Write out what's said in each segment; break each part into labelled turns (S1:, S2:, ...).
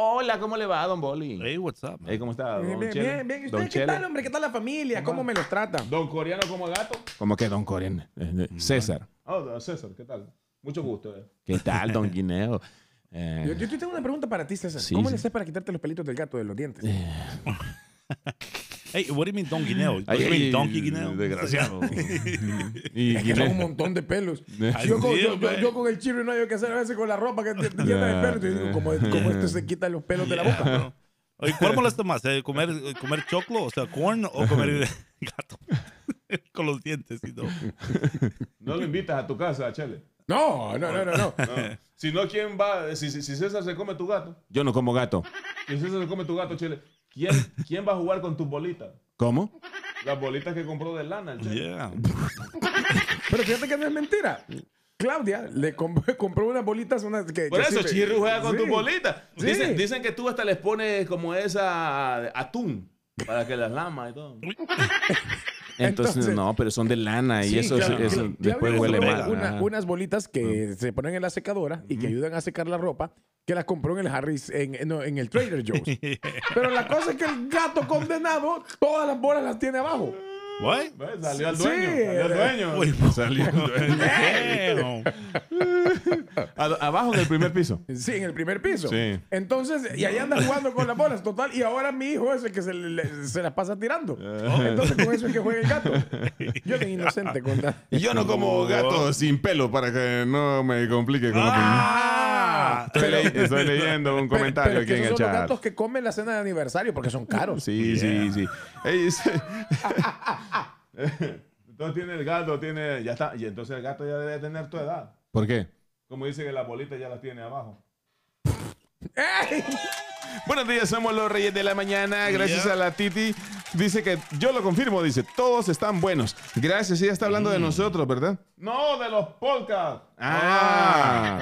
S1: Hola, ¿cómo le va, don Boli?
S2: Hey, what's up, man?
S1: Hey, ¿Cómo está, don
S3: Bien, bien,
S1: Chele?
S3: bien, bien. ¿Y
S1: Don
S3: ustedes qué
S1: Chele.
S3: tal, hombre? ¿Qué tal la familia? ¿Cómo me los trata?
S1: Don Coreano como gato. ¿Cómo que don Coreano? Eh, eh, César. Oh, don César, ¿qué tal? Mucho gusto. eh. ¿Qué tal, don Guineo? Eh,
S3: Yo, yo tengo una pregunta para ti, César.
S1: Sí,
S3: ¿Cómo
S1: sí. Eh.
S3: le haces para quitarte los pelitos del gato de los dientes?
S2: Hey, what do you mean donkey nail? What do
S1: ay,
S2: you
S1: ay,
S2: mean donkey nail?
S1: Desgraciado. y
S3: Es que son un
S1: Guineo.
S3: montón de pelos.
S2: Ay,
S3: Yo con,
S2: sí,
S3: yo- yo-
S2: güey.
S3: yo con el chirri no hay que hacer a veces con la ropa que te te llena de pelos. Yo digo, como, como esto se quita los pelos de la boca.
S2: Yeah, bro. Oye, ¿cuál molesta más? eh, ¿Comer, eh, ¿Comer choclo, o sea, corn, o comer gato? Con los dientes y todo.
S1: No lo invitas a tu casa, Chele.
S3: No, no, no, no. no.
S1: Si no, ¿quién va? Si, César se come tu gato. Yo no como gato. Si César se come tu gato, Chele. ¿Quién, va a jugar con tus bolitas? ¿Cómo? Las bolitas que compró de lana, el
S2: Yeah.
S3: Pero fíjate que no es mentira. Claudia le comp- compró unas bolitas unas que.
S1: Por
S3: que
S1: eso,
S3: sirve.
S1: Chirri juega con
S3: Sí.
S1: tus bolitas.
S3: Sí.
S1: Dicen, dicen que tú hasta les pones como esa eh, atún para que las lama y todo.
S3: Entonces, Entonces- no,
S1: pero son de lana
S3: Sí, claro. Cla- Claudia
S2: huele
S3: compró
S2: mal.
S1: Ah.
S3: una- unas bolitas que se ponen en la secadora y que ayudan a secar la ropa. Que las compró en el Harris, en, en- no, en el Trader Joe's. Pero la cosa es que el gato condenado, todas las bolas las tiene abajo.
S2: What?
S1: Salió al
S3: Sí,
S1: dueño. salió al dueño.
S2: Uy,
S1: salió
S2: Damn.
S1: Abajo del primer piso.
S3: Sí, en el primer piso.
S1: Sí.
S3: Entonces, y ahí anda jugando con las bolas, total. Y ahora mi hijo es el que se, le- le- se las pasa tirando. Entonces, con eso es que juega el gato. Yo de inocente con la-
S1: Y yo no como gato sin pelo para que no me complique con
S2: Ah.
S1: Estoy, le- estoy leyendo un comentario
S3: Pero es que
S1: aquí en el
S3: esos son los
S1: chat.
S3: gatos que comen la cena de aniversario porque son caros.
S1: Sí, sí, sí. Ey, dice- entonces tiene el gato, tiene. Ya está. Y entonces el gato ya debe tener tu edad.
S4: ¿Por qué?
S1: Como dice que las bolitas ya las tiene abajo.
S3: ¡Ey!
S1: Buenos días, somos los Reyes de la Mañana. Gracias
S2: Yeah.
S1: a la Titi. Dice que yo lo confirmo, dice, todos están buenos. Gracias, ella está hablando de nosotros, ¿verdad? No, de los podcasts. Ah.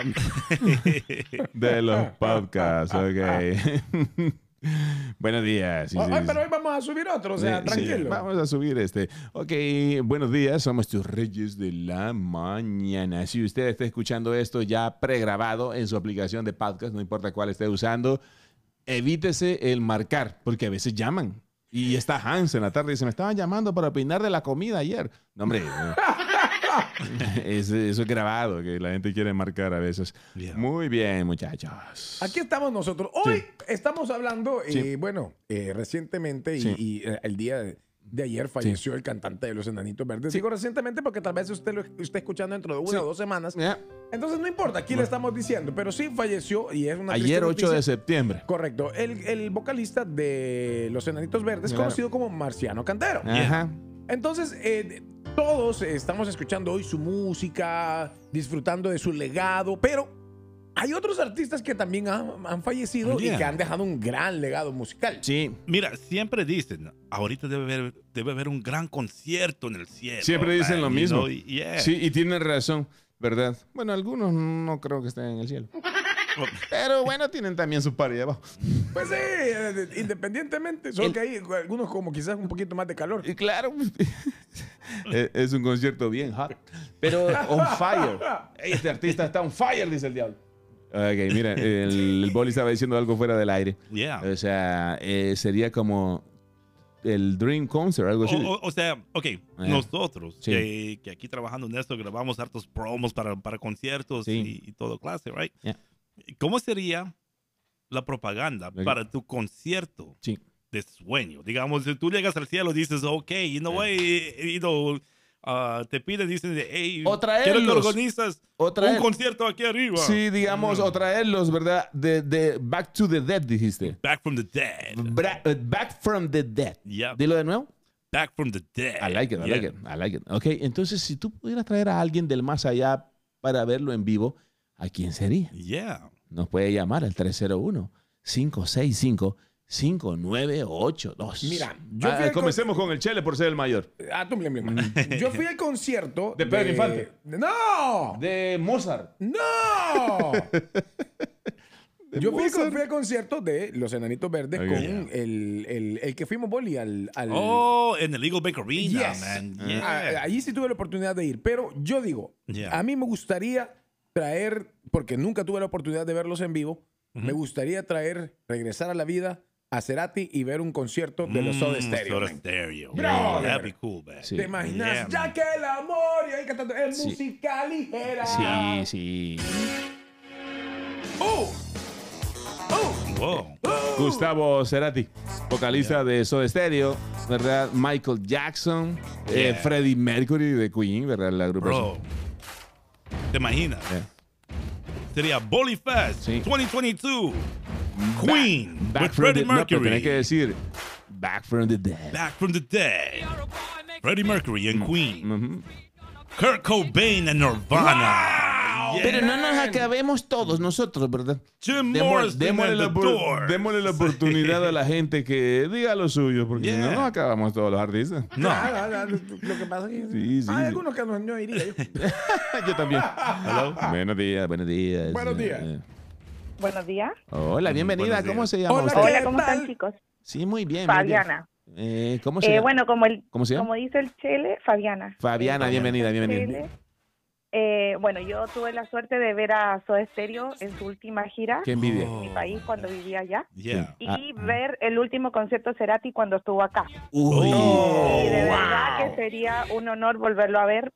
S1: de los podcasts, ok. buenos días. Sí,
S3: Hoy-
S1: sí,
S3: hoy-
S1: sí.
S3: pero hoy vamos a subir otro, o sea,
S1: Sí, sí,
S3: tranquilo.
S1: Vamos a subir este. Ok, buenos días, somos tus reyes de la mañana. Si usted está escuchando esto ya pregrabado en su aplicación de podcast, no importa cuál esté usando, evítese el marcar, porque a veces llaman. Y está Hans en la tarde y se me estaban llamando para opinar de la comida ayer. No, hombre. eh, es- eso es grabado, que la gente quiere marcar a veces.
S2: Yeah.
S1: Muy bien, muchachos.
S3: Aquí estamos nosotros. Hoy estamos hablando, eh,
S1: Sí.
S3: bueno, eh, recientemente y-
S1: Sí.
S3: y, eh, el día de, de ayer falleció el cantante de Los Enanitos Verdes. Digo recientemente porque tal vez usted lo está escuchando dentro de una
S1: Sí.
S3: o dos semanas.
S1: Ya,
S3: Entonces no importa, aquí le estamos diciendo, pero sí falleció y es una
S1: Ayer 8 de
S3: septiembre.
S1: septiembre.
S3: Correcto, el, el vocalista de Los Enanitos Verdes,
S1: Claro.
S3: conocido como Marciano Cantero.
S1: Ajá.
S3: Entonces, eh, todos estamos escuchando hoy su música, disfrutando de su legado, pero hay otros artistas que también han, han fallecido y
S2: Yeah.
S3: que han dejado un gran legado musical.
S1: Oh, Sí,
S2: Mira, siempre dicen, ahorita debe haber, debe haber un gran concierto en el cielo.
S1: Siempre dicen lo
S2: you
S1: mismo.
S2: know, yeah.
S1: Sí, y tienen razón, ¿verdad? Bueno, algunos no creo que estén en el cielo. Pero bueno, tienen también su par abajo.
S3: Pues sí, eh, independientemente, solo
S1: El- Eh,
S3: que hay algunos como quizás un poquito más de calor.
S1: Y claro, es- es un concierto bien hot. Pero on fire. Ey, Este artista está on fire, dice el diablo. Ok, mira, el, el boli estaba diciendo algo fuera del aire.
S2: Yeah.
S1: O sea, eh, sería como el Dream Concert, algo así.
S2: O, o- o sea, ok, nosotros
S1: Eh, Sí.
S2: que, que aquí trabajando en esto grabamos hartos promos para, para conciertos
S1: Sí.
S2: y, y todo clase, right?
S1: Yeah.
S2: ¿Cómo sería la propaganda
S1: Ok.
S2: para tu concierto
S1: Sí.
S2: de sueño? Digamos, si tú llegas al cielo y dices, ok, you know what, eh, you know, ah, te piden, dicen, hey,
S1: O
S2: quiero que
S1: traerlos.
S2: organizas
S1: O
S2: un
S1: traer-
S2: concierto aquí arriba. Mm.
S1: Sí, digamos, o traerlos, ¿verdad? De, de Back to the Dead, dijiste.
S2: Back from the dead.
S1: Bra- eh, back from the Dead.
S2: Yeah,
S1: Dilo de nuevo.
S2: back from the dead.
S1: I like it, I
S2: Yeah.
S1: like it, I like it. Ok, entonces si tú pudieras traer a alguien del más allá para verlo en vivo, ¿a quién sería?
S2: Yeah.
S1: Nos puede llamar al 301-565-5982.
S3: Mira, yo fui al
S1: Ah, eh, con el Chele por ser el mayor.
S3: Ah, tú, blin, blin, blin. Yo fui al concierto.
S1: De Pedro Infante.
S3: ¡No!
S1: De Mozart.
S3: ¡No! Yo fui, con- fui al concierto de Los Enanitos Verdes
S1: Ok.
S3: con el, el- el que fuimos Boli al. al
S2: Oh, en el Eagle Bank Arena,
S3: Yes.
S2: man.
S1: Mm.
S3: Ah,
S2: Yeah.
S3: Allí sí tuve la oportunidad de ir, pero yo digo,
S2: Yeah.
S3: a mí me gustaría traer, porque nunca tuve la oportunidad de verlos en vivo, Me gustaría traer, regresar a la vida a Cerati y ver un concierto de los Soda Stereo.
S2: Mm, Soda
S3: man.
S2: Stereo.
S3: Brother.
S2: That'd be cool, man.
S1: Sí.
S3: ¿Te
S2: Yeah,
S3: imaginas? ya
S2: man.
S3: que el amor y ahí cantando es
S1: Sí.
S3: música ligera.
S1: Sí, sí.
S3: ¡Uh!
S2: Whoa.
S1: Gustavo Cerati, vocalista de Soda Stereo, ¿verdad? Michael Jackson, eh,
S2: Yeah.
S1: Freddie Mercury de Queen, ¿verdad? La agrupación.
S2: Bro. ¿Te imaginas?
S1: Yeah.
S2: Sería Bully Fest
S1: Sí.
S2: 2022. Queen
S1: Back
S2: with
S1: from
S2: Freddie
S1: the- no, pero
S2: Mercury.
S1: tenés que decir Back from the Dead.
S2: Back from the Dead. Freddie Mercury
S1: Mm.
S2: and Queen.
S1: Ujú.
S2: Kurt Cobain and Nirvana. Yeah.
S1: Mm-hmm. Pero no nos acabemos todos nosotros, ¿verdad?
S2: Jim
S1: Demo-
S2: Morrison
S1: démosle,
S2: and
S1: la
S2: the
S1: opor-
S2: Doors.
S1: démosle la oportunidad a la gente que diga lo suyo, porque si no
S2: Yeah.
S1: nos acabamos todos los artistas.
S2: No,
S3: Ah, ah, ah, lo que pasa es que
S1: Sí, sí.
S3: hay algunos que no, no iría. yo.
S1: Yo también. Buenos días, buenos días.
S3: Buenos días.
S1: Eh,
S4: Buenos días.
S1: Hola, bienvenida.
S2: Buenos días.
S1: ¿Cómo se llama
S3: Hola,
S1: usted?
S3: ¿qué
S4: Hola, ¿cómo
S3: tal?
S4: están, chicos?
S1: Sí, muy bien. muy bien.
S4: Fabiana.
S1: Eh, ¿Cómo se
S4: Eh,
S1: llama?
S4: bueno, como el,
S1: ¿Cómo se llama?
S4: como dice el Chele, Fabiana.
S1: Fabiana,
S4: Eh,
S1: bienvenida,
S4: como dice el
S1: bienvenida.
S4: Chele, eh, bueno, yo tuve la suerte de ver a Soda Stereo en su última gira
S1: Qué envidia.
S4: en mi país cuando vivía allá
S2: Oh. Yeah.
S4: y
S1: Ah.
S4: ver el último concierto de Cerati cuando estuvo acá.
S2: Oh,
S1: Uy. Oh,
S4: y de verdad que sería un honor volverlo a ver,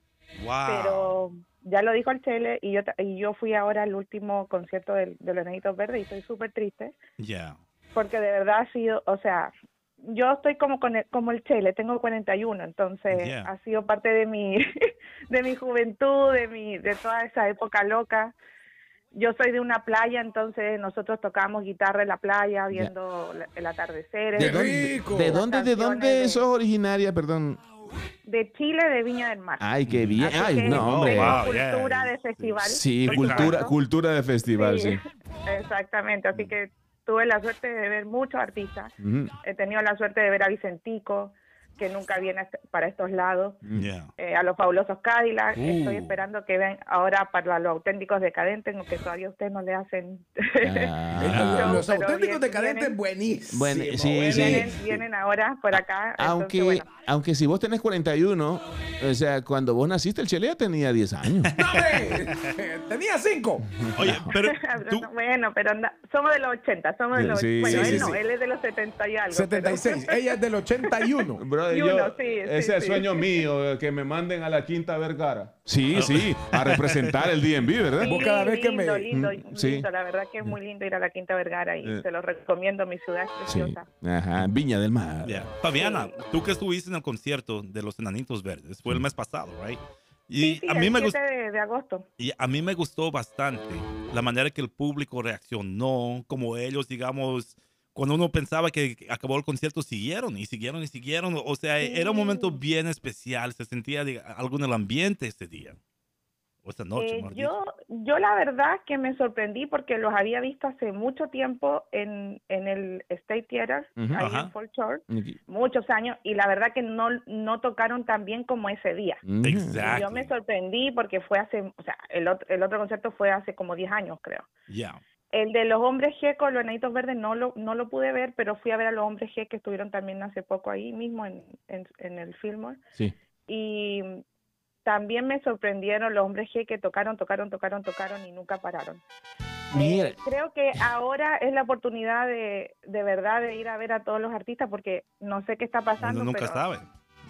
S2: Wow.
S1: Ah.
S4: pero ya lo dijo el Chele y yo ta- y yo fui ahora al último concierto del- de, los Nenitos Verdes y estoy súper triste
S2: Yeah.
S4: porque de verdad ha sido, o sea, yo estoy como con el, como el Chele, tengo 41, entonces
S2: Yeah.
S4: ha sido parte de mi de mi juventud, de mi de toda esa época loca. Yo soy de una playa, entonces nosotros tocábamos guitarra en la playa viendo la- el atardecer,
S1: ¿De
S4: el-
S1: dónde,
S3: rico!
S1: ¿De dónde, de dónde
S4: Canciones de-
S1: sos originaria? Perdón.
S4: de Chile, de Viña del Mar.
S1: Ay, qué bien.
S4: Así
S1: Ah, Ay,
S4: que
S1: no, hombre.
S4: tengo
S2: Wow, yeah.
S4: cultura de festival.
S1: Sí,
S2: Exacto.
S1: cultura, cultura de festival, sí.
S4: Exactamente, así que tuve la suerte de ver muchos artistas.
S1: Ujú.
S4: He tenido la suerte de ver a Vicentico, que nunca viene est- para estos lados,
S2: Yeah.
S4: eh, a los fabulosos Cadillac.
S2: Uh.
S4: Estoy esperando que ven ahora para los auténticos decadentes, aunque todavía ustedes no le hacen.
S1: Ah.
S4: No,
S3: los
S4: pero
S3: auténticos
S4: bien,
S3: decadentes,
S4: vienen-
S3: buenísimo.
S1: Bueno, sí,
S3: buenísimo.
S1: sí.
S4: vienen, vienen ahora por acá.
S1: Aunque,
S4: entonces, bueno.
S1: aunque si vos tenés 41, o sea, cuando vos naciste, el Chelea tenía 10 años.
S3: ¡No, hombre! Tenía cinco.
S4: Mm.
S2: Oye, pero
S4: Pero
S2: tú,
S4: no, bueno, pero anda- somos de los 80, somos de los
S1: Sí,
S4: bueno,
S1: sí,
S4: él
S1: sí,
S4: no,
S1: sí.
S4: él es de los 70 y algo. pero-
S3: 76. Ella es del 81.
S1: Brother,
S4: Y
S1: yo-
S4: uno, sí, sí,
S1: ese es
S4: sí.
S1: sueño mío, eh, que me manden a la quinta Ah. a ver cara. Sí, sí, a representar el DNB, ¿verdad?
S4: Sí,
S3: Vos cada vez que me-
S4: lindo, lindo,
S1: Mm, sí.
S4: lindo, la verdad que es muy lindo ir a la Quinta Vergara y
S1: Eh.
S4: se los recomiendo, mi ciudad es
S1: Sí.
S4: preciosa.
S1: Ajá, Viña del Mar.
S2: yeah. Fabiana,
S4: Sí.
S2: tú que estuviste en el concierto de los Enanitos Verdes, fue el mes pasado, right? Y
S4: Sí, sí,
S2: a mí
S4: el
S2: me gustó.
S4: 7 de, de agosto.
S2: Y a mí me gustó bastante la manera que el público reaccionó, como ellos, digamos, cuando uno pensaba que acabó el concierto, siguieron y siguieron y siguieron. O sea, e-, era un momento bien especial, se sentía diga- algo en el ambiente ese día. O esa noche,
S4: Eh,
S2: mejor dicho.
S4: yo, yo la verdad que me sorprendí porque los había visto hace mucho tiempo en, en el State Theater,
S1: Ujú.
S4: ahí
S2: Ajá.
S4: en Fort Shore,
S1: Aquí.
S4: muchos años, y la verdad que no, no tocaron tan bien como ese día.
S1: Ujú.
S2: Exactly.
S4: Yo me sorprendí porque fue hace, o sea, el otro, el otro concierto fue hace como 10 años, creo.
S2: Yeah.
S4: El de los hombres G con los enanitos verdes no lo, no lo pude ver, pero fui a ver a los hombres G que estuvieron también hace poco ahí mismo en, en, en el Fillmore.
S1: Sí.
S4: Y también me sorprendieron los hombres G que tocaron, tocaron, tocaron, tocaron y nunca pararon.
S1: Mira,
S4: Eh, creo que ahora es la oportunidad de, de verdad de ir a ver a todos los artistas porque no sé qué está pasando.
S2: Uno nunca
S4: pero
S2: sabe.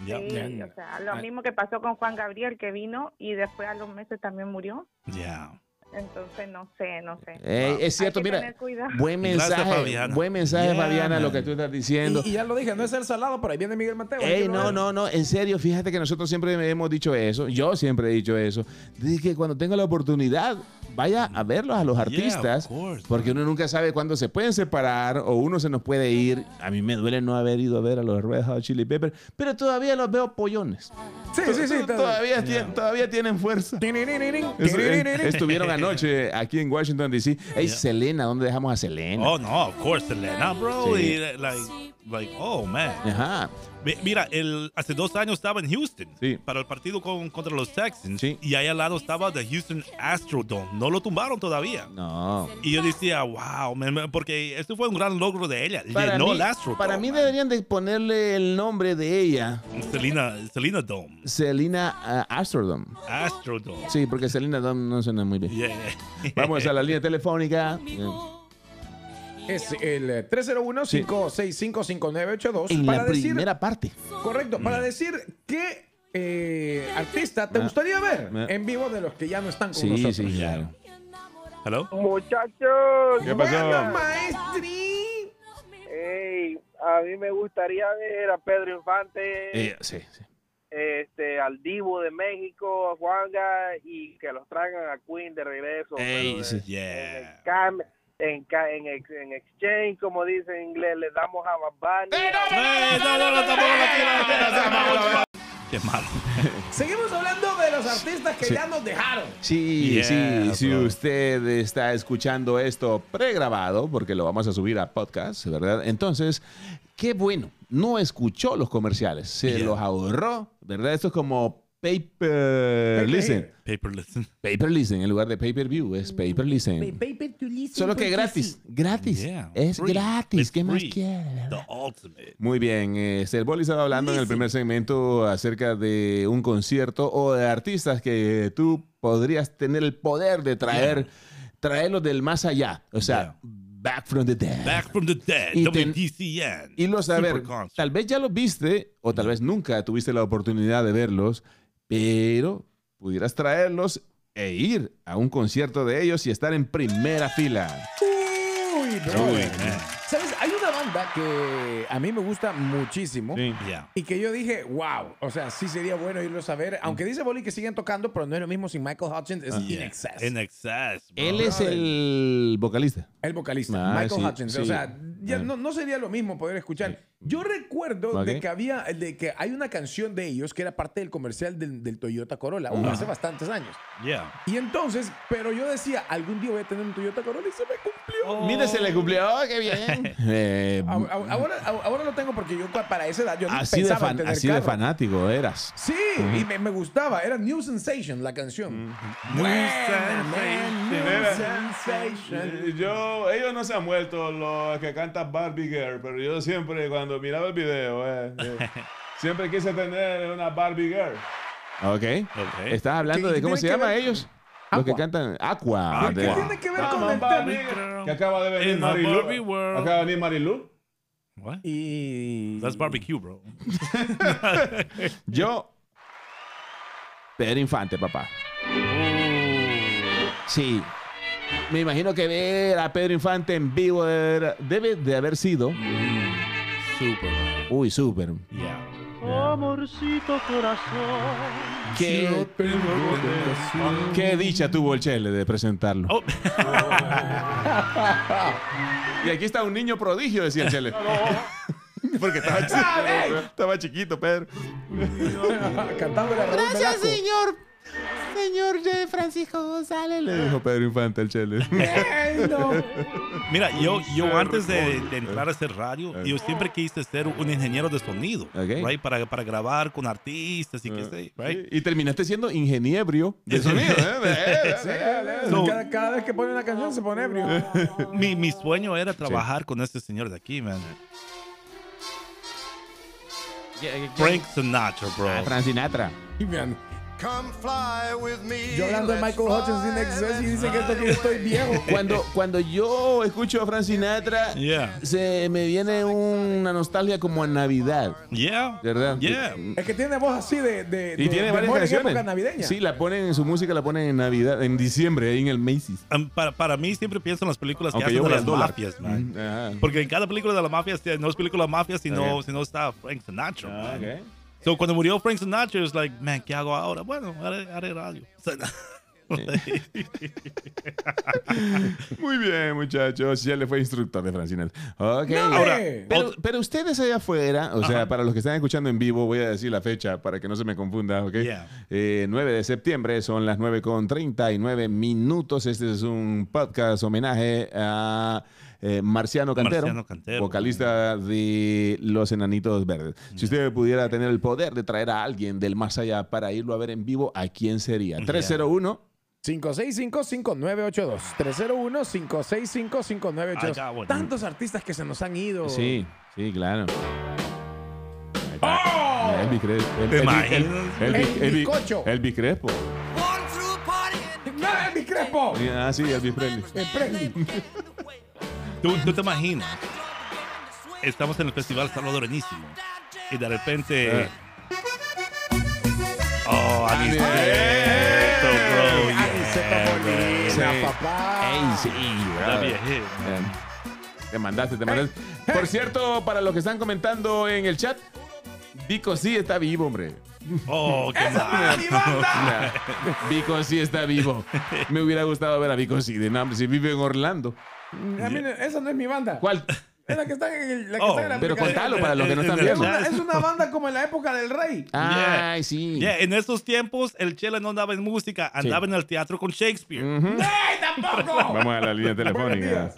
S2: Yeah.
S4: sí,
S3: Ya.
S4: o sea, lo
S1: Ah.
S4: mismo que pasó con Juan Gabriel que vino y después a los meses también murió.
S2: Yeah.
S4: Entonces no sé, no sé.
S1: eh, es cierto,
S4: Hay que
S1: mira,
S4: tener cuidado.
S1: buen
S2: Gracias,
S1: mensaje,
S2: Fabiana.
S1: buen mensaje,
S2: Yeah,
S1: Fabiana, lo
S2: man.
S1: que tú estás diciendo.
S3: Y, y ya lo dije, no es el salado, pero ahí viene Miguel Mateo.
S1: Ey, no, no, no, en serio, fíjate que nosotros siempre hemos dicho eso, yo siempre he dicho eso, de que cuando tenga la oportunidad, vaya a verlos a los artistas,
S2: of course,
S1: porque uno nunca sabe cuándo se pueden separar o uno se nos puede ir. A mí me duele no haber ido a ver a los Red Hot Chili Peppers, pero todavía los veo pollones.
S3: Sí, sí, sí. todo.
S1: Todavía, tien- todavía tienen fuerza.
S3: Tiriririn,
S1: Es-
S3: tiriririn.
S1: eh, estuvieron anoche aquí en Washington, D.C. Ey,
S2: Yeah.
S1: Selena, ¿dónde dejamos a Selena?
S2: Oh, no, of course, Selena, bro.
S1: Sí.
S2: Y, like, like, oh, man.
S1: Ajá.
S2: Mi- Mira, el, hace dos años estaba en Houston
S1: Sí.
S2: para el partido con- contra los Texans
S1: Sí.
S2: y ahí al lado estaba The Houston Astrodome. No lo tumbaron todavía.
S1: No.
S2: Y yo decía, wow, man, man, porque esto fue un gran logro de ella.
S1: Para
S2: Llenó
S1: mí,
S2: el Astrodome.
S1: para mí
S2: man.
S1: deberían de ponerle el nombre de ella,
S2: Selena, Selena Dome.
S1: Selena eh, Astrodome.
S2: Astrodome.
S1: Sí, porque Selena Dome no suena muy bien.
S2: Yeah.
S1: Vamos a la línea telefónica.
S3: Es el eh, 301-565-5982.
S1: En
S3: para
S1: la
S3: decir,
S1: primera parte.
S3: Correcto, para decir qué eh, artista te gustaría ver
S1: Ah.
S3: en vivo de los que ya no están con
S1: Sí,
S3: nosotros.
S1: sí, claro.
S2: ¿Hello?
S5: Muchachos,
S1: ¿Qué
S3: Bueno,
S1: pasó?
S3: maestri.
S5: ey, a mí me gustaría ver a Pedro Infante,
S1: Eh, sí, sí.
S5: este, al Divo de México, a Juanga y que los traigan a Queen de regreso.
S1: Ey,
S5: pero,
S1: sí.
S5: eh, En,
S2: Yeah.
S5: el cam- en, ca- en ex- en exchange, como dicen en inglés, le damos a Bad Bunny, a-
S2: Ey, no, no, no, tampoco la tira, tira, tira, vamos, Qué malo.
S3: Seguimos hablando de los artistas que
S1: Sí.
S3: ya nos dejaron.
S1: Sí,
S2: Yeah,
S1: sí, si
S2: bro.
S1: usted está escuchando esto pregrabado, porque lo vamos a subir a podcast, ¿verdad? Entonces, qué bueno, no escuchó los comerciales, se
S2: Yeah.
S1: los ahorró, ¿verdad? Esto es como paper listen,
S2: Paper listen.
S1: paper listen en lugar de pay per view, es paper listen. Solo que gratis, gratis,
S2: Yeah,
S1: es
S2: free.
S1: gratis,
S2: It's
S1: ¿qué más
S2: free.
S1: quiere? verdad?
S2: The ultimate.
S1: Muy bien, eh, Cerboli estaba hablando en el primer segmento acerca de un concierto o de artistas que tú podrías tener el poder de traer, traerlos del más allá, o
S2: Yeah.
S1: sea, back from the dead.
S2: Back from the dead.
S1: Y ten-
S2: WTCN.
S1: y los a ver,
S2: Super concert.
S1: tal vez ya los viste o tal vez nunca tuviste la oportunidad de verlos, pero pudieras traerlos e ir a un concierto de ellos y estar en primera fila.
S3: Uy, bro.
S2: Uy, eh, man.
S3: ¿Sabes? Hay una banda que a mí me gusta muchísimo.
S2: Yeah.
S3: Y que yo dije, wow, o sea, sí sería bueno irlos a ver. Aunque dice Boli que siguen tocando, pero no es lo mismo sin Michael Hutchins, es In
S2: Yeah.
S3: Excess.
S2: In excess. bro.
S1: Él es el vocalista.
S3: El vocalista,
S1: Ah,
S3: Michael
S1: sí,
S3: Hutchins. O
S1: sí.
S3: sea, ya
S1: Ah.
S3: no, no sería lo mismo poder escuchar. Yo recuerdo
S1: Ok.
S3: de que había, de que hay una canción de ellos que era parte del comercial del, del Toyota Corolla, uh, hace bastantes años.
S2: Yeah.
S3: Y entonces, pero yo decía, algún día voy a tener un Toyota Corolla y se me cumplió.
S1: Mire, se le cumplió, qué bien. Eh,
S3: A- a- Ahora, a- ahora lo tengo porque yo para esa edad yo no
S1: Así, de,
S3: pensaba en
S1: fan-
S3: tener
S1: así de
S3: carro.
S1: fanático eras.
S3: Sí, y me, me gustaba. Era New Sensation la canción.
S2: New
S3: Buena, man,
S2: Sensation.
S3: New Sensation.
S1: Yo, ellos no se han muerto los que cantan Barbie Girl, pero yo siempre cuando miraba el video, eh, siempre quise tener una Barbie Girl. Ok.
S2: Ok.
S1: Estás hablando
S3: ¿Qué-
S1: de
S3: qué
S1: cómo se
S3: tiene que
S1: llama
S3: ver?
S1: ellos. Los
S3: Aqua.
S1: que cantan Aqua.
S3: ¿Qué
S1: de-
S3: tiene que ver con el
S2: Barbie
S3: tema?
S2: girl.
S1: acaba de
S2: In my
S1: Marilu.
S2: Barbie world.
S1: de venir Marilu.
S2: What?
S3: Y...
S2: That's barbecue, bro.
S1: Yo, Pedro Infante, papá. Sí. Me imagino que ver a Pedro Infante en vivo era- debe de haber sido. Mm.
S2: Super.
S1: Uy, súper.
S2: Yeah.
S1: Qué, qué dicha tuvo el Chele de presentarlo.
S2: Oh.
S1: y aquí está un niño prodigio, decía el Chele. Porque estaba chiquito, estaba chiquito, Pedro.
S3: Ah, Cantando la Raúl Velasco.
S1: señor. Señor de Francisco González, le dijo Pedro Infante al Chele.
S3: Ay, no.
S2: Mira, yo, yo antes de, de entrar a hacer radio, yo siempre quise ser un ingeniero de sonido,
S1: Eh. Ok. Eh.
S2: right? Para, para grabar con artistas y qué sé, right?
S1: Y terminaste siendo ingeniero de sonido. ¿eh?
S3: Sí, eh,
S2: So-
S3: cada, cada vez que pone una canción se pone ebrio.
S2: Mi, mi sueño era trabajar con este señor de aquí, man. Frank Sinatra, bro.
S1: Frank Sinatra.
S3: Y vean,
S6: Come fly with me.
S3: Yo hablando de
S6: let's
S3: Michael Hutchins
S6: fly,
S3: in Excess y
S6: let's
S3: dice que esto
S6: fly
S3: que yo estoy viejo.
S1: Cuando, cuando yo escucho a Frank Sinatra,
S2: Yeah.
S1: se me viene una nostalgia como a Navidad,
S2: Yeah.
S1: ¿verdad?
S2: Yeah.
S3: Es que tiene voz así de. de
S1: Y
S3: de-
S1: tiene
S3: de
S1: varias
S3: mole en
S1: canciones.
S3: época navideña.
S1: Sí, la ponen en su música, la ponen en Navidad, en diciembre, ahí en el Macy's.
S2: Um, para, para mí siempre pienso en las películas que
S1: Aunque
S2: hacen
S1: yo
S2: de
S1: voy
S2: las
S1: al dólar. Mm-hmm. Mm,
S2: mafias, man.
S1: Ajá.
S2: Porque en cada película de la mafia, este, no es película de mafia, sino,
S1: Ok.
S2: sino está Frank Sinatra.
S1: Ah,
S2: man.
S1: ok.
S2: So, cuando murió Frank Sinatra, es like, man, ¿qué hago ahora? Bueno, haré, haré radio.
S1: Muy bien, muchachos. Ya le fue instructor de Francina. Ok.
S3: ¡No,
S1: Ahora,
S3: hombre!
S1: pero, pero ustedes allá afuera, o sea, para los que están escuchando en vivo, voy a decir la fecha para que no se me confunda, ¿ok?
S2: Yeah.
S1: Eh, 9 de septiembre, son las 9 con 39 minutos. Este es un podcast homenaje a eh, Marciano Cantero,
S2: Marciano Cantero.
S1: vocalista de Los Enanitos Verdes. Si usted pudiera tener el poder de traer a alguien del más allá para irlo a ver en vivo, ¿a quién sería? 301.
S3: 565-5982. 301-565-5982.
S2: I got one.
S3: Tantos artistas que se nos han ido.
S2: Oh.
S1: Sí, sí, claro. Ahí está.
S3: ¡Oh!
S1: Elvis Crespo. El,
S2: ¿Te
S1: el-
S2: imaginas?
S1: el-
S3: El
S1: Elvis-
S3: bizcocho.
S1: Elvis Crespo.
S6: Born through a party and
S1: Oh,
S3: ¡No, Elvis Crespo!
S1: Ah, sí, Elvis Presley.
S3: Eh, Presley.
S2: ¿Tú, tú te imaginas? Estamos en el Festival Salvadorenísimo y de repente...
S1: Eh.
S2: Oh,
S1: Ah,
S2: Aniceto, bro. yeah,
S3: Aniceto
S1: Sí.
S3: Molina, papá.
S1: Ey, sí,
S2: that'd be
S1: brother.
S2: a hit.
S1: Eh, Te mandaste, te mandaste. Por cierto, para los que están comentando en el chat, Vico sí está vivo, hombre.
S2: Oh, qué mal.
S1: Nah, Vico sí está vivo. Me hubiera gustado ver a Vico sí de nombre, si vive en Orlando.
S3: A mí no- esa no es mi banda.
S1: ¿Cuál?
S3: Es la que está en, el- la que
S2: Oh,
S3: está en la
S1: Pero
S3: aplicación.
S1: contalo para los que no están
S3: Es
S1: viendo.
S3: una, es una banda como en la época del rey.
S2: Yeah.
S1: Ay, sí.
S2: Yeah, en esos tiempos el Chela no andaba en música, andaba en el teatro con Shakespeare.
S1: Mm.
S3: ¡Ey, tampoco!
S1: Vamos a la línea telefónica.
S3: días.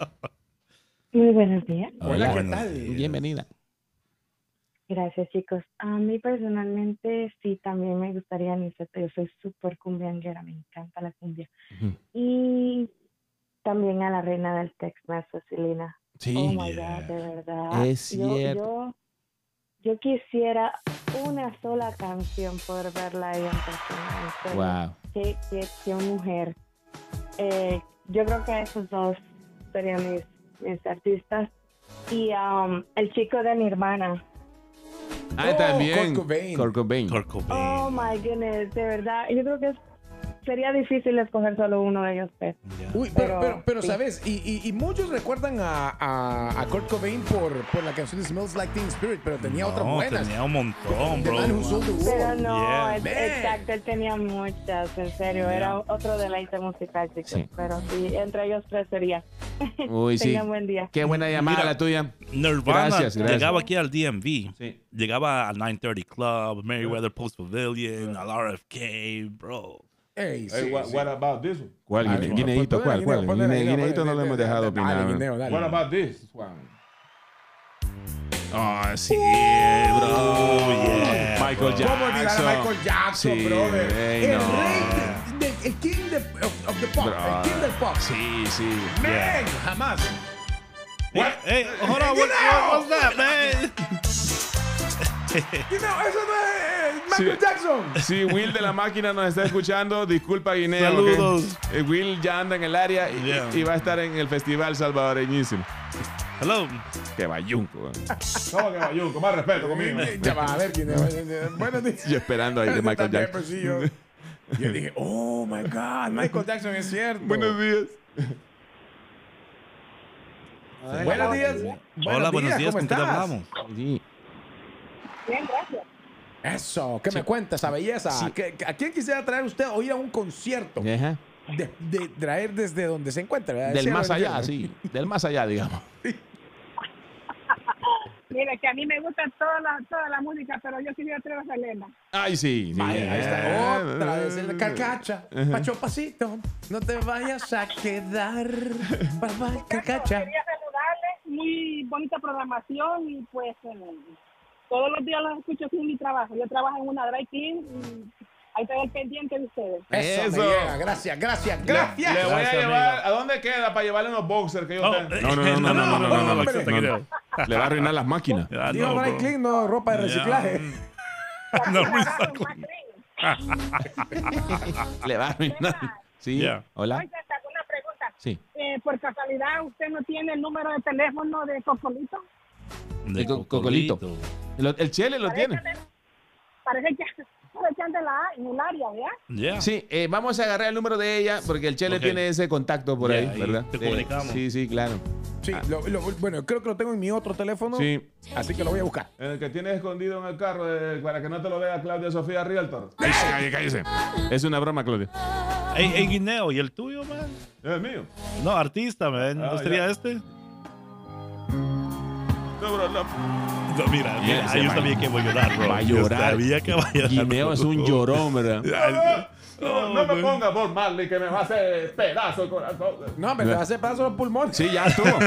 S7: Muy buenos días.
S3: Hola, ¿qué
S2: Buenos
S3: tal?
S2: días.
S1: Bienvenida.
S7: Gracias, chicos. A mí personalmente sí también me gustaría Aniceto. Yo soy súper cumbianguera, me encanta la cumbia.
S1: Ujú.
S7: Y también a la reina del Tex-Mex, Cecilina.
S1: Sí.
S7: oh my
S2: yeah.
S7: God, de verdad.
S1: Es
S7: yo,
S1: cierto.
S7: yo, yo quisiera una sola canción poder verla ahí en persona. en serio.
S1: Wow.
S7: Qué, qué- qué mujer. Eh, yo creo que esos dos serían mis, mis artistas. Y um, el chico de mi hermana.
S1: Ah,
S3: Oh,
S1: también.
S3: Kurt Cobain.
S1: Kurt Cobain.
S2: Kurt Cobain.
S7: Oh my goodness, de verdad. Yo creo que es- sería difícil escoger solo uno de ellos, pero.
S2: Yeah.
S3: Uy, pero,
S7: Pero-
S3: pero, pero,
S7: sí.
S3: ¿sabes? Y, y- y muchos recuerdan a, a, a Kurt Cobain por, por la canción de Smells Like Teen Spirit, pero tenía otras
S2: No,
S3: buenas.
S2: Tenía un montón,
S3: The
S2: bro.
S3: Man Who Sold the
S7: Pero
S3: World.
S7: no,
S2: Yeah.
S7: es-
S3: Man.
S7: exacto, él tenía muchas, en serio,
S2: Yeah.
S7: era otro deleite musical, chicos.
S1: Sí.
S7: Pero sí, entre ellos tres sería.
S1: Uy, sí.
S7: Tengan buen día.
S1: Qué buena llamada
S2: Mira.
S1: la tuya.
S2: Nirvana
S1: Gracias, gracias.
S2: llegaba aquí al DMV.
S1: Sí. Ah.
S2: Llegaba al 930 Club, Meriwether Post Pavilion, al RFK, bro.
S3: Ey, sí, sí.
S1: about this one? ¿Cuál?
S3: Ah,
S1: Guine-
S3: no.
S1: guineíto,
S3: Ponle
S1: ¿cuál?
S3: Guineo,
S1: ¿Cuál?
S3: ponle
S1: Guine-
S3: Guineo,
S1: Guineíto no
S3: ponle
S1: lo hemos
S3: Guineo.
S1: dejado
S3: Dale,
S1: opinar.
S3: Guineo, dale.
S1: What about this one? Ah, sí,
S2: Oh,
S1: bro.
S2: yeah,
S1: Michael
S2: bro.
S1: Jackson.
S3: Uh, ¿Cómo olvidar a Michael Jackson,
S1: Sí,
S3: brother?
S1: ey,
S3: el
S1: no.
S3: rey, de- de- el king de- of, of the pop, el
S1: Bro.
S3: king del pop.
S1: Sí, sí.
S3: Man,
S2: Yeah.
S3: jamás.
S2: What? Hey, hold on,
S3: Get
S2: what,
S3: out!
S2: what was that, man?
S3: You know, eso no es eh,
S1: Sí.
S3: Michael Jackson.
S1: Sí, Will de la máquina nos está escuchando. Disculpa, Guinea. ¿ok?
S2: Saludos.
S1: Eh, Will ya anda en el área y,
S2: Yeah.
S1: y va a estar en el festival salvadoreñísimo.
S2: Hello.
S1: Que bayunco. ¿Cómo que bayunco? Más respeto
S3: Eh, Ya va a ver quién es. eh, Buenos días.
S1: Yo esperando ahí de
S3: Yo
S1: Michael
S3: también,
S1: Jackson.
S3: pues, sí, yo, yo dije, oh my God, Michael Jackson es cierto.
S1: Buenos días.
S3: Buenos días.
S2: Hola, buenos días, ¿con quién
S3: estás?
S2: hablamos?
S7: Bien, gracias.
S3: Eso, ¿qué me cuentas, esa belleza? ¿Qué- ¿A quién quisiera traer usted o ir a un concierto?
S1: Ajá.
S3: De, de traer desde donde se encuentra, ¿verdad?
S1: Del
S3: Cielo
S1: más
S3: al
S1: allá,
S3: infierno.
S1: sí. Del más allá, digamos.
S4: Mira, que a mí me gusta toda la, toda la música, pero yo sí me atrevo a Selena.
S1: Ay, sí. sí.
S3: Vaya, ahí está.
S1: Eh,
S3: Otra vez el carcacha. Pacho pasito, no te vayas a quedar. Papá, carcacha.
S4: Quería saludarles, muy bonita programación y pues eh, todos los días los escucho aquí en mi trabajo. Yo trabajo en una dry clean y ahí estoy al pendiente de ustedes.
S3: Eso,
S1: Eso.
S3: me llega. Gracias, gracias,
S1: Le,
S3: gracias.
S1: le voy a
S2: Gracias,
S1: llevar. ¿A dónde queda para llevarle unos boxers que yo
S2: Oh,
S1: tengo?
S2: eh,
S1: No, no, no, no, no, no, no, no, no, no,
S3: hombre.
S1: no, no. Le va a arruinar las máquinas.
S2: Yeah, I
S3: Dijo
S2: know,
S3: Brian
S2: bro.
S3: Clean, no, ropa de reciclaje.
S2: Yeah. No
S4: Trabajo en
S2: recycling.
S4: una clean.
S1: Le va a arruinar. Sí.
S2: Yeah.
S1: Hola.
S4: Oiga, te hago una pregunta.
S1: Sí.
S4: Eh, por casualidad, ¿usted no tiene el número de teléfono de Cocolito?
S2: De
S1: co- cocolito.
S2: cocolito.
S1: El, el chile lo tiene.
S4: Parece que, parece que anda en la, en el área, ¿verdad?
S2: Yeah.
S1: Sí, eh, vamos a agarrar el número de ella porque el Chele
S2: Ok.
S1: tiene ese contacto por
S2: Ya,
S1: ahí,
S2: ahí
S1: ¿verdad?
S2: te
S1: Eh,
S2: comunicamos.
S1: sí, sí, claro.
S3: Sí, lo- lo- bueno, creo que lo tengo en mi otro teléfono,
S1: Sí.
S3: así que lo voy a buscar.
S1: El que tienes escondido en el carro para que no te lo vea Claudia Sofía Rialtor. cállese. Es una broma, Claudia.
S2: Hey, hey, Guineo, ¿y el tuyo, man?
S1: Es mío.
S2: No, artista, man. ¿No
S1: Ah,
S2: sería
S1: ya.
S2: este?
S1: No, bro, no.
S2: No, mira,
S1: Bien,
S2: mira,
S1: ese
S2: yo
S1: man.
S2: sabía que iba a llorar, bro.
S1: Va a
S2: Yo
S1: llorar.
S2: sabía que va a llorar.
S1: Guineo es un llorón, ¿verdad?
S2: Ay,
S1: No, no me ponga por Marley que me va a hacer pedazo el corazón.
S3: No, me te va a hacer pedazo los pulmones.
S1: Sí, ya estuvo.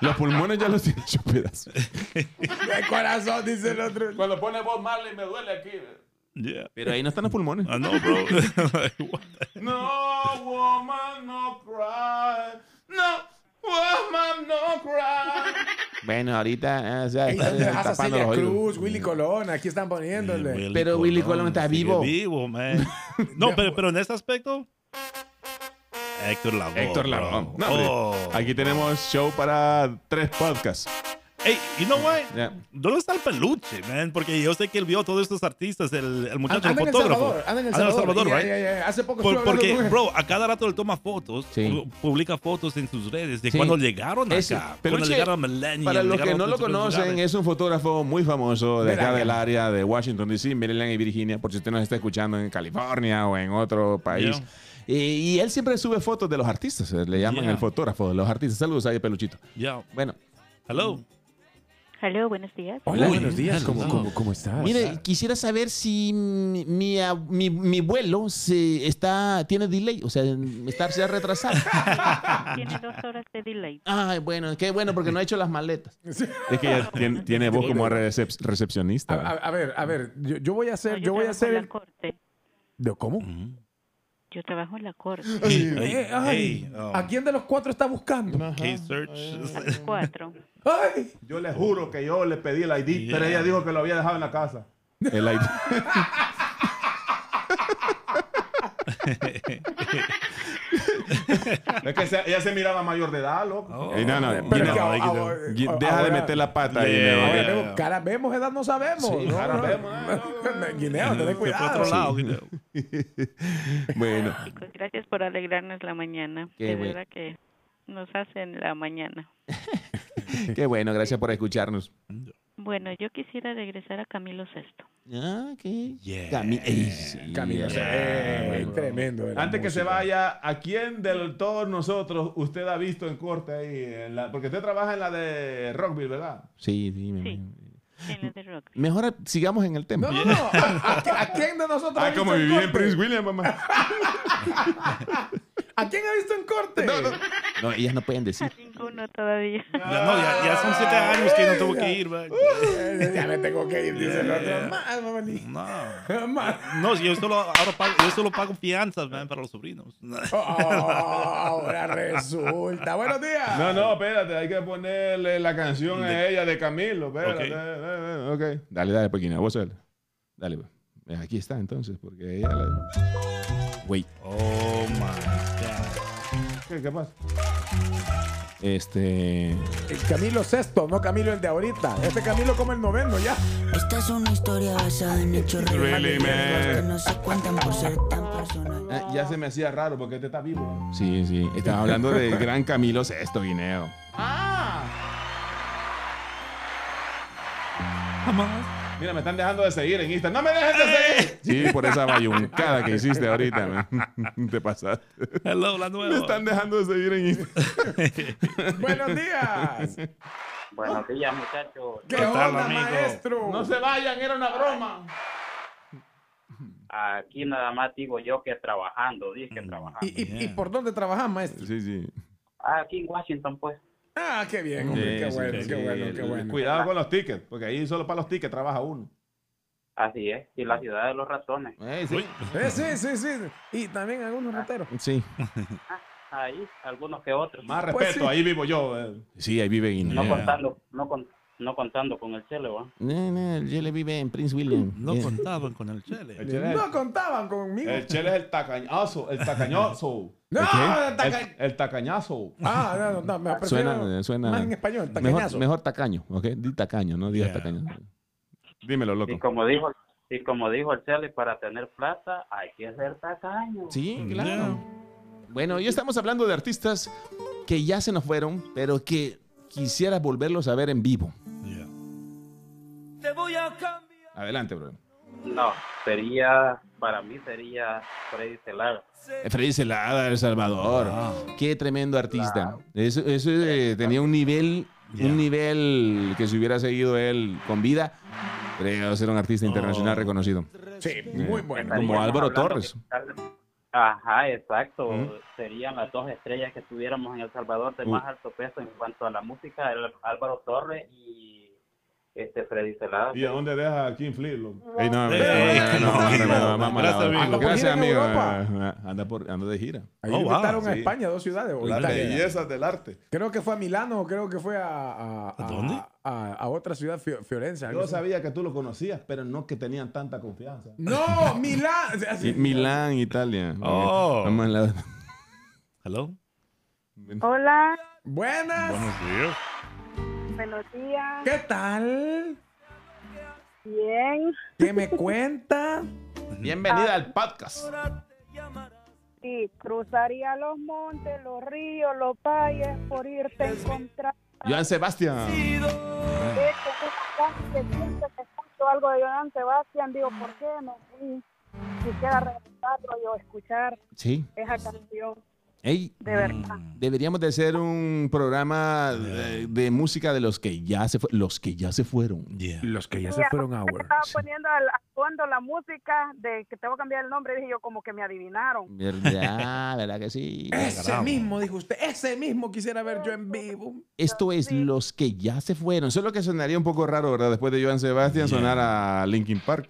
S1: los pulmones ya los tiene hecho pedazos.
S3: El corazón, dice el otro.
S1: Cuando pone Bob Marley me duele aquí.
S2: Yeah.
S1: Pero ahí no están los pulmones.
S2: I know, bro. Like, what the-
S1: No woman, no cry. No woman, no cry. Bueno, ahorita eh, o sea,
S3: Ahí
S1: está-
S3: te dejas a
S1: tapando
S3: Celia
S1: los oídos.
S3: Cruz, Willy Colón, aquí están poniéndole.
S1: Pero Willy Colón está
S2: sigue
S1: vivo.
S2: vivo, man. No, pero, pero en ese aspecto. este Héctor Lavoe.
S1: Héctor
S2: bro.
S1: Lavoe. No, hombre,
S2: Oh.
S1: Aquí tenemos show para tres podcasts.
S2: Hey, you know what?
S1: Ya.
S2: ¿Dónde está el peluche, man? Porque yo sé que él vio a todos estos artistas, el, el muchacho,
S3: Anda
S2: el
S3: en El
S2: fotógrafo.
S3: Salvador. Anda en El Salvador. Ya,
S2: right?
S3: ya, ya. Hace poco
S2: Por-
S3: estuve hablando
S2: porque,
S3: con él.
S2: bro, a cada rato él toma fotos,
S1: Sí.
S2: pu- publica fotos en sus redes de
S1: Sí.
S2: cuando llegaron
S1: Ese
S2: acá, cuando
S1: peluche,
S2: llegaron a Millennium.
S1: Para los que
S2: llegaron a
S1: no lo
S2: otros
S1: conocen,
S2: lugares.
S1: es un fotógrafo muy famoso de acá
S3: Veracruz.
S1: del área de Washington, D.C., Maryland y Virginia, por si usted nos está escuchando en California o en otro país.
S2: Yeah.
S1: Y, y él siempre sube fotos de los artistas, eh, le llaman
S2: Yeah.
S1: el fotógrafo de los artistas. Saludos ahí, Peluchito.
S2: Yeah.
S1: Bueno,
S2: Hello.
S8: Hello, buenos días.
S3: Hola,
S1: Uy,
S3: buenos días.
S2: hello.
S3: ¿Cómo, cómo, cómo estás?
S1: mire, quisiera saber si mi, mi, ab- mi, mi vuelo se está, tiene delay, o sea, está se ha retrasado.
S8: Tiene dos horas de delay.
S1: Ay, bueno, qué bueno, porque no he hecho las maletas.
S3: Sí.
S1: Es que ya tiene, tiene voz como recep-
S3: A,
S1: recepcionista.
S3: a- a ver, a ver, yo, yo voy a
S8: No,
S3: hacer, yo voy a
S8: trabajo en
S3: hacer
S8: la
S3: el...
S8: corte.
S3: ¿De cómo?
S1: Mm.
S8: Yo trabajo en la corte.
S2: Hey,
S3: Eh,
S2: hey,
S3: ay,
S2: hey, um,
S3: ¿A quién de los cuatro está buscando?
S2: Key Search.
S8: A las cuatro.
S3: ¡Ay!
S1: Yo le juro que yo le pedí el ID,
S2: pero ella
S1: dijo que lo había dejado en la casa. El ID. es que ella se miraba mayor de edad, loco.
S2: Oh.
S1: no, no,
S2: Pero
S3: Pero
S1: Guineo,
S3: es que
S2: ahí
S3: ahora-
S2: quedó.
S3: ahora-
S1: Gui-
S3: ahora-
S1: deja de meter la pata ahí.
S2: Yeah.
S1: Guineo.
S3: ahora
S2: Yeah.
S3: vemos- cara vemos, edad no sabemos.
S1: Sí,
S3: no,
S1: cara
S3: no.
S1: vemos, ah, no, no.
S3: Guineo,
S2: Se
S3: tenés
S2: fue a
S3: cuidado.
S2: otro lado. Guineo.
S1: Bueno,
S8: Chicos, pues, gracias por alegrarnos la mañana.
S1: Qué
S8: de
S1: bueno.
S8: verdad que nos hacen la mañana.
S1: qué bueno, gracias por escucharnos.
S8: Bueno, yo quisiera regresar a Camilo VI.
S1: Ah, qué.
S2: Yeah.
S1: Cami- Ey, sí,
S3: Camilo,
S1: yeah.
S3: eh,
S1: Bueno.
S3: tremendo. de la
S9: Antes que se
S3: música.
S9: vaya, ¿a quién de todos nosotros usted ha visto en corte ahí? en la- porque usted trabaja en la de Rockville, ¿verdad?
S1: Sí, sí, me
S8: Sí.
S1: imagino.
S8: En la de rock.
S1: Mejor sigamos en el tema.
S3: No, no, no. ¿A, a- a quién de nosotros
S1: Ah,
S3: ha visto en corte?
S1: William, mamá.
S3: ¿A quién ha visto en corte?
S1: No, ellas no pueden decir.
S8: Ninguno todavía.
S2: Ya, no, ya, ya son siete años que no tuvo que ir, man.
S3: Eh, Ya me tengo que ir, dice el otro. Mal, mamá, ni-
S2: No.
S3: mal.
S2: No, yo solo, ahora pago, yo solo pago fianzas, man, para los sobrinos.
S3: Oh, ahora resulta. Buenos días.
S9: No, no, espérate, hay que ponerle la canción a ella de Camilo, espérate.
S2: Ok.
S9: eh, eh, ok.
S1: Dale, dale, Pequina, vos él. Dale, pues. Aquí está entonces, porque ella la... Wait,
S2: Oh, my God.
S9: ¿Qué, qué pasa?
S1: este...
S3: El Camilo sexto, no Camilo el de ahorita. Este Camilo como el noveno ya.
S10: Esta es una historia basada en hechos
S1: Really,
S10: reales.
S1: man.
S10: Que no se cuentan por ser tan personal.
S9: Ah, ya se me hacía raro porque este está vivo. ¿no?
S1: Sí, sí, estaba hablando del gran Camilo Sexto, Guineo.
S2: Jamás.
S9: Mira, me están dejando de seguir en Instagram. ¡No me dejen de seguir!
S1: ¡Eh! Sí, por esa bayuncada que hiciste ahorita, man. Te pasaste.
S2: Hello, la nueva.
S1: Me están dejando de seguir en Instagram.
S3: Buenos días.
S11: Buenos días, muchachos.
S3: ¿Qué,
S2: ¿Qué tal,
S3: onda,
S2: amigo?
S3: maestro?
S9: ¡No se vayan! ¡Era una broma!
S11: Aquí nada más digo yo que trabajando, dije
S2: Mm.
S11: trabajando.
S3: ¿Y, y, y
S2: Yeah.
S3: por dónde trabajas, maestro?
S1: Sí, sí.
S11: Aquí en Washington, pues.
S3: Ah, qué bien, hombre. qué
S1: Sí,
S3: bueno,
S1: sí,
S3: qué
S1: sí.
S3: bueno, qué bueno.
S9: Eh, Cuidado con los tickets, porque ahí solo para los tickets trabaja uno.
S11: Así es. Y la ciudad de los ratones.
S2: Uy.
S3: Eh, sí, sí, sí. Y también algunos rateros.
S1: Sí.
S11: Ahí, algunos que otros.
S9: Más
S3: Pues
S9: respeto,
S3: sí.
S9: ahí vivo yo. eh.
S1: Sí, ahí vive Guineo.
S11: No
S2: Yeah.
S11: contando, no, con, no contando con el chelo, ¿va?
S1: No, no, yo le vive en Prince William. Eh,
S2: No
S1: Yeah.
S2: contaban con el chile.
S9: El chile es
S3: No contaban conmigo.
S9: El chele es el tacañazo, el tacañazo.
S3: No,
S1: ¿Qué?
S3: taca-
S9: Eh, El, Eh, el tacañazo.
S3: Ah, no, no, no, me prefiero
S1: Suena- suena-
S3: más en español,
S1: Mejor,
S3: tacañazo.
S1: mejor tacaño, ¿ok? Di tacaño, no digas
S2: Yeah.
S1: tacaño. Dímelo,
S11: Y
S1: loco.
S11: como dijo, y como dijo el chelo, para tener plata hay que ser tacaño.
S1: Sí,
S2: Yeah.
S1: claro. Bueno, hoy estamos hablando de artistas que ya se nos fueron, pero que quisiera volverlos a ver en vivo.
S2: Yeah.
S1: Adelante, bro.
S11: No, sería, para mí sería Freddy Celar.
S1: Freddy Celada, El Salvador. Ah,
S2: Ah.
S1: Qué tremendo artista. Eso, eso, eh, tenía un nivel,
S2: Yeah.
S1: un nivel que si hubiera seguido él con vida, creo ser un artista internacional
S2: Oh.
S1: reconocido.
S3: Sí, muy bueno.
S1: Eh, Como
S11: Estaríamos
S1: Álvaro
S11: hablando
S1: Torres.
S11: que- Ajá, exacto.
S1: Ujú.
S11: Serían las dos estrellas que tuviéramos en El Salvador de
S1: Uy.
S11: más alto peso en cuanto a la música, el Álvaro Torres y este Freddy Celada.
S9: ¿Y a dónde deja a Kim Flip?
S1: Ey, no,
S2: Ey,
S1: no, no, no,
S2: ey,
S1: no, no, no, no,
S2: gracias,
S1: no, no, no,
S2: amigo.
S1: Gracias,
S3: Anda por
S1: amigo.
S3: gira en
S1: Anda, por, anda de gira.
S3: Ahí
S2: Oh, wow,
S3: invitaron a
S9: sí.
S3: España dos ciudades. o
S9: Las
S3: Italia.
S9: bellezas del arte.
S3: Creo que fue a Milano, creo que fue a. ¿A, a-
S2: dónde?
S3: A, a otra ciudad, Fio- Fiorenza. algo
S9: Yo
S3: así.
S9: sabía que tú lo conocías, pero no que tenían tanta confianza.
S3: No, Milán.
S1: Y- Milán, Italia.
S2: Oh.
S1: Vamos a la-
S2: Hello.
S4: Hola,
S3: Buenas.
S2: Buenos días.
S4: buenos días.
S3: ¿Qué tal?
S4: Bien.
S3: ¿Qué me cuenta?
S9: Bienvenida al podcast.
S4: Sí, cruzaría los montes, los ríos, los valles por irte a encontrar.
S9: Joan Sebastián.
S1: Ah.
S4: De hecho, tú sacaste que siempre te escucho algo de Joan Sebastián. Digo, ¿por qué no fui? Quisiera regresarlo y o escuchar
S1: Sí.
S4: esa canción.
S1: Ey,
S4: De verdad.
S2: Mm.
S1: deberíamos de hacer un programa de, de música de los que ya se fueron. Los que ya se fueron.
S3: Los que ya
S4: Sí, ahorita Estaba pues poniendo al al fondo la música de que te voy a cambiar el nombre. Dije yo, como que me adivinaron.
S1: ¿Verdad? ¿Verdad que sí?
S3: Ese mismo, dijo usted. Ese mismo quisiera ver yo en vivo.
S1: Esto es los que ya se fueron. Solo que sonaría un poco raro, ¿verdad? Después de Joan Sebastián sonar a Linkin Park.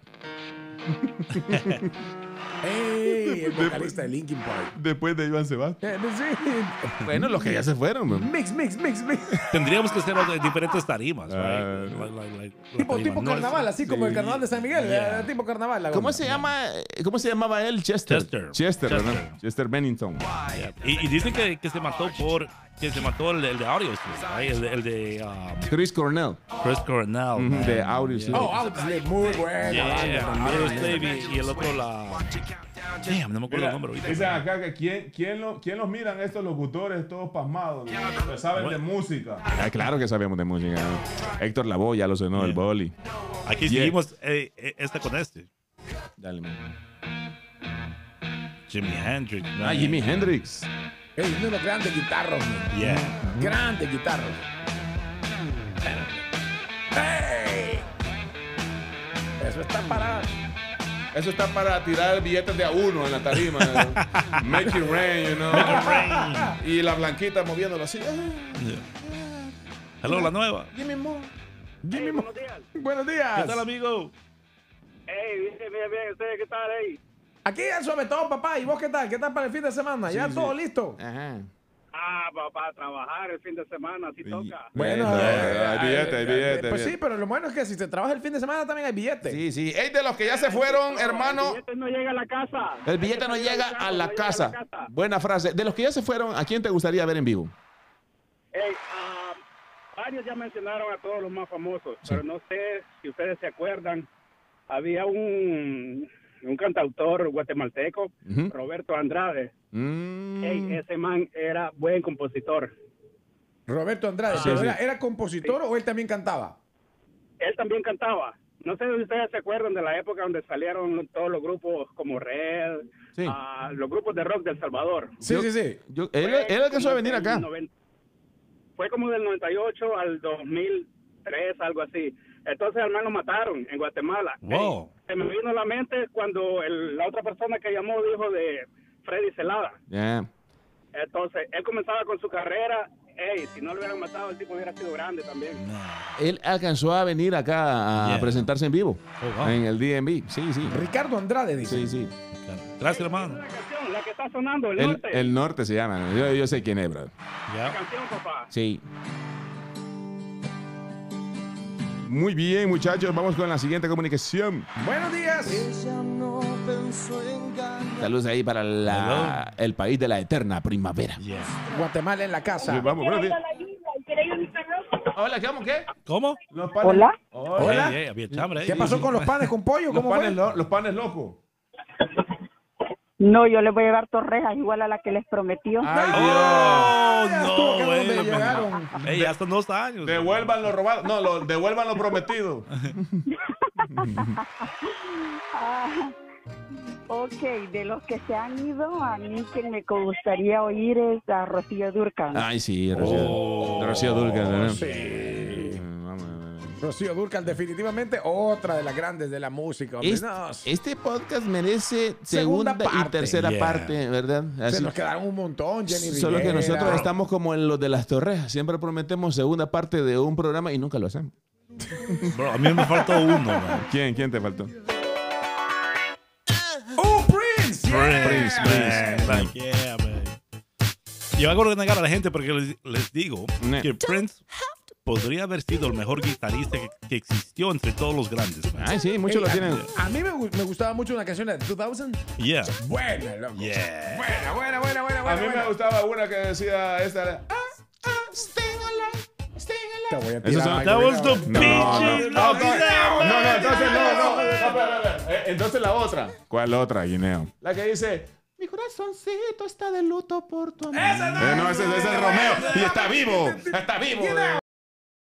S3: ¡Ey! El vocalista de Linkin Park.
S9: Después de Joan Sebastián.
S3: pues. Eh, sí.
S1: Bueno,
S9: Mm,
S1: los que ya se fueron. man.
S3: Mix, mix, mix, mix.
S2: Tendríamos que hacer otro- diferentes tarimas. right?
S9: Ah.
S2: Like- like- like- like
S3: Tipo,
S2: tarima.
S3: tipo
S2: No,
S3: carnaval, así como el carnaval de San Miguel.
S2: Yeah.
S3: eh, Tipo carnaval. la
S1: ¿Cómo
S3: onda.
S1: se llama? eh, ¿Cómo se llamaba él? Chester.
S2: Chester.
S1: Chester,
S2: Chester.
S1: ¿verdad? Chester Bennington.
S2: yeah. Y, y dicen que, que se mató por. Que se mató el, el de Audio right? el, de- el de um,
S1: Chris Cornell.
S2: Chris Cornell.
S1: Ujú,
S2: man.
S1: de Audio Slave.
S3: Oh, Outslip, muy buena.
S2: Yeah, Audio
S3: banda también. este
S2: Slave y, y el otro la. Damn, no me
S9: Mira,
S2: acuerdo el nombre ahorita.
S9: dicen acá que quién, quién, lo- quién los miran estos locutores todos pasmados. ¿no? Pues saben de música.
S1: Ah, claro que sabíamos de música. ¿no? Héctor Lavoe ya lo sonó, el boli.
S2: Aquí
S1: Yeah.
S2: seguimos eh, eh, este con este.
S1: Dale, man.
S2: Jimi Hendrix.
S1: Ah,
S2: man.
S1: Jimi Hendrix.
S3: Ey, uno de los grandes guitarros, man.
S2: Yeah.
S3: Grandes guitarros. ¡Ey! Eso está parado.
S9: Eso está para tirar billetes de a uno en la tarima. ¿no? Make it rain, you know. Y la blanquita moviéndolo así. Ah,
S2: Hello, la nueva.
S9: Jimmy Moore.
S3: Jimmy Mo-
S5: buenos días.
S3: Buenos
S2: ¿Qué
S3: días.
S2: tal, amigo?
S5: Hey, bien, bien, bien. ¿Ustedes qué tal, hey?
S3: Aquí el suavetón, papá. ¿Y vos qué tal? ¿Qué tal para el fin de semana? ¿Ya todo listo?
S1: Ajá.
S5: Ah, papá, trabajar el fin de semana, así toca.
S3: Bueno,
S9: Eh,
S3: eh,
S9: hay billete, hay
S3: eh,
S9: billete,
S3: Pues
S9: hay
S3: sí,
S9: billete.
S3: pero lo bueno es que si te trabajas el fin de semana también hay billete.
S1: Sí, sí. Ey, de los que ya se fueron, hermano.
S5: El billete no llega a la casa.
S1: El billete no llega a la casa. Buena frase. De los que ya se fueron, ¿a quién te gustaría ver en vivo?
S5: Ey, ah, varios ya mencionaron a todos los más famosos, pero no sé si ustedes se acuerdan. Había un, un cantautor guatemalteco,
S1: Ujú.
S5: Roberto Andrade.
S1: Mm.
S5: Ey, ese man era buen compositor.
S3: Roberto Andrade,
S1: Sí,
S3: pero
S1: sí.
S3: Era, era compositor o él también cantaba?
S5: Él también cantaba. No sé si ustedes se acuerdan de la época donde salieron todos los grupos como Red,
S1: Sí.
S5: ah, los grupos de rock del Salvador.
S3: Sí,
S1: Yo-
S3: sí, sí.
S1: Yo- él, él
S5: Fue
S1: alcanzó a
S5: como
S1: venir
S5: del
S1: acá.
S5: 90 Fue como del 98 al 2003, algo así. Entonces al man lo mataron en Guatemala.
S2: Wow.
S5: Ey, se me vino a la mente cuando el- la otra persona que llamó dijo de Freddy Celada.
S1: Ya.
S5: Entonces él comenzaba con su carrera. Ey, si no lo hubieran matado, el tipo hubiera sido grande también.
S1: Él alcanzó a venir acá a
S2: Yeah.
S1: presentarse en vivo.
S2: Oh, wow.
S1: En el DMV. Sí, sí.
S3: Ricardo Andrade dice.
S1: Sí, sí.
S2: Gracias, hermano.
S5: La canción, la que está sonando, el,
S1: El,
S5: norte.
S1: el norte se llama. Yo, yo sé quién es, bro.
S5: La
S2: Yeah.
S5: canción, papá.
S1: Sí. Muy bien, muchachos. Vamos con la siguiente comunicación.
S3: Buenos días.
S1: Saludos ahí para la- el país de la eterna primavera.
S2: Yeah.
S3: Guatemala en la casa.
S9: Vamos, buenos días.
S1: Hola, ¿qué vamos? ¿Qué?
S2: ¿Cómo?
S9: Los panes-
S4: Hola.
S9: Hola.
S3: Hola.
S2: Hey, hey, había chambre,
S3: ¿Qué
S2: hey.
S3: pasó con los panes con pollo?
S9: Los
S3: ¿Cómo fue?
S9: panes, lo- los panes locos.
S4: No, yo les voy a llevar torrejas igual a la que les prometió.
S9: Ay,
S2: Oh,
S3: Ya estuvo
S2: no,
S3: acá
S2: güey.
S3: donde
S2: me-
S3: llegaron.
S2: Ey, hasta dos años.
S9: Devuelvan lo robado. No, lo- devuelvan lo prometido.
S4: Ah, ok, de los que se han ido, a mí quien me gustaría oír es a Rocío Durcan.
S1: Ay, sí, Rocío.
S2: Oh.
S1: Rocío Dúrcal, ¿verdad?
S3: Sí.
S1: Mm, vamos a ver.
S3: Rocío Durcal, definitivamente otra de las grandes de la música. hombre.
S1: Este,
S3: No,
S1: este podcast merece segunda,
S3: Segunda
S1: y
S3: parte.
S1: tercera
S2: Yeah.
S1: parte, ¿verdad?
S3: se
S1: Así-
S3: nos quedaron un montón, Jenny
S1: solo que
S3: Rivera.
S1: nosotros estamos como en los de las torrejas. Siempre prometemos segunda parte de un programa y nunca lo hacemos.
S2: Bro, a mí me faltó uno, man.
S1: ¿Quién? ¿Quién te faltó?
S3: ¡Oh, Prince! Yeah.
S2: Prince, Prince. Like, yeah, man. Yo hago renegar a la gente porque les, les digo
S1: Ne.
S2: que Prince podría haber sido el mejor guitarrista que, que existió entre todos los grandes.
S1: Ah.
S2: man.
S3: Ey, a- A mí me, gu- me gustaba mucho una canción, la de 2000.
S2: Yeah.
S3: Buena, loco.
S2: Yeah.
S3: Buena, buena, buena, buena.
S1: A
S3: buena,
S1: mí me
S3: buena.
S1: gustaba una que decía esta. era, "Ah, ah, stay alive, stay
S3: Te voy a
S1: alive".
S3: tirar.
S1: son-
S3: Michael
S1: was
S3: Jackson.
S1: the No, bitches, no. love Ah, No, no, entonces no, no. no, espera, espera. Eh, Entonces la otra.
S5: ¿Cuál otra, Guineo?
S1: La que dice. Mi corazoncito está de luto por tu amor.
S5: Eh, no, ese, ese es Romeo. Y está vivo. Está vivo.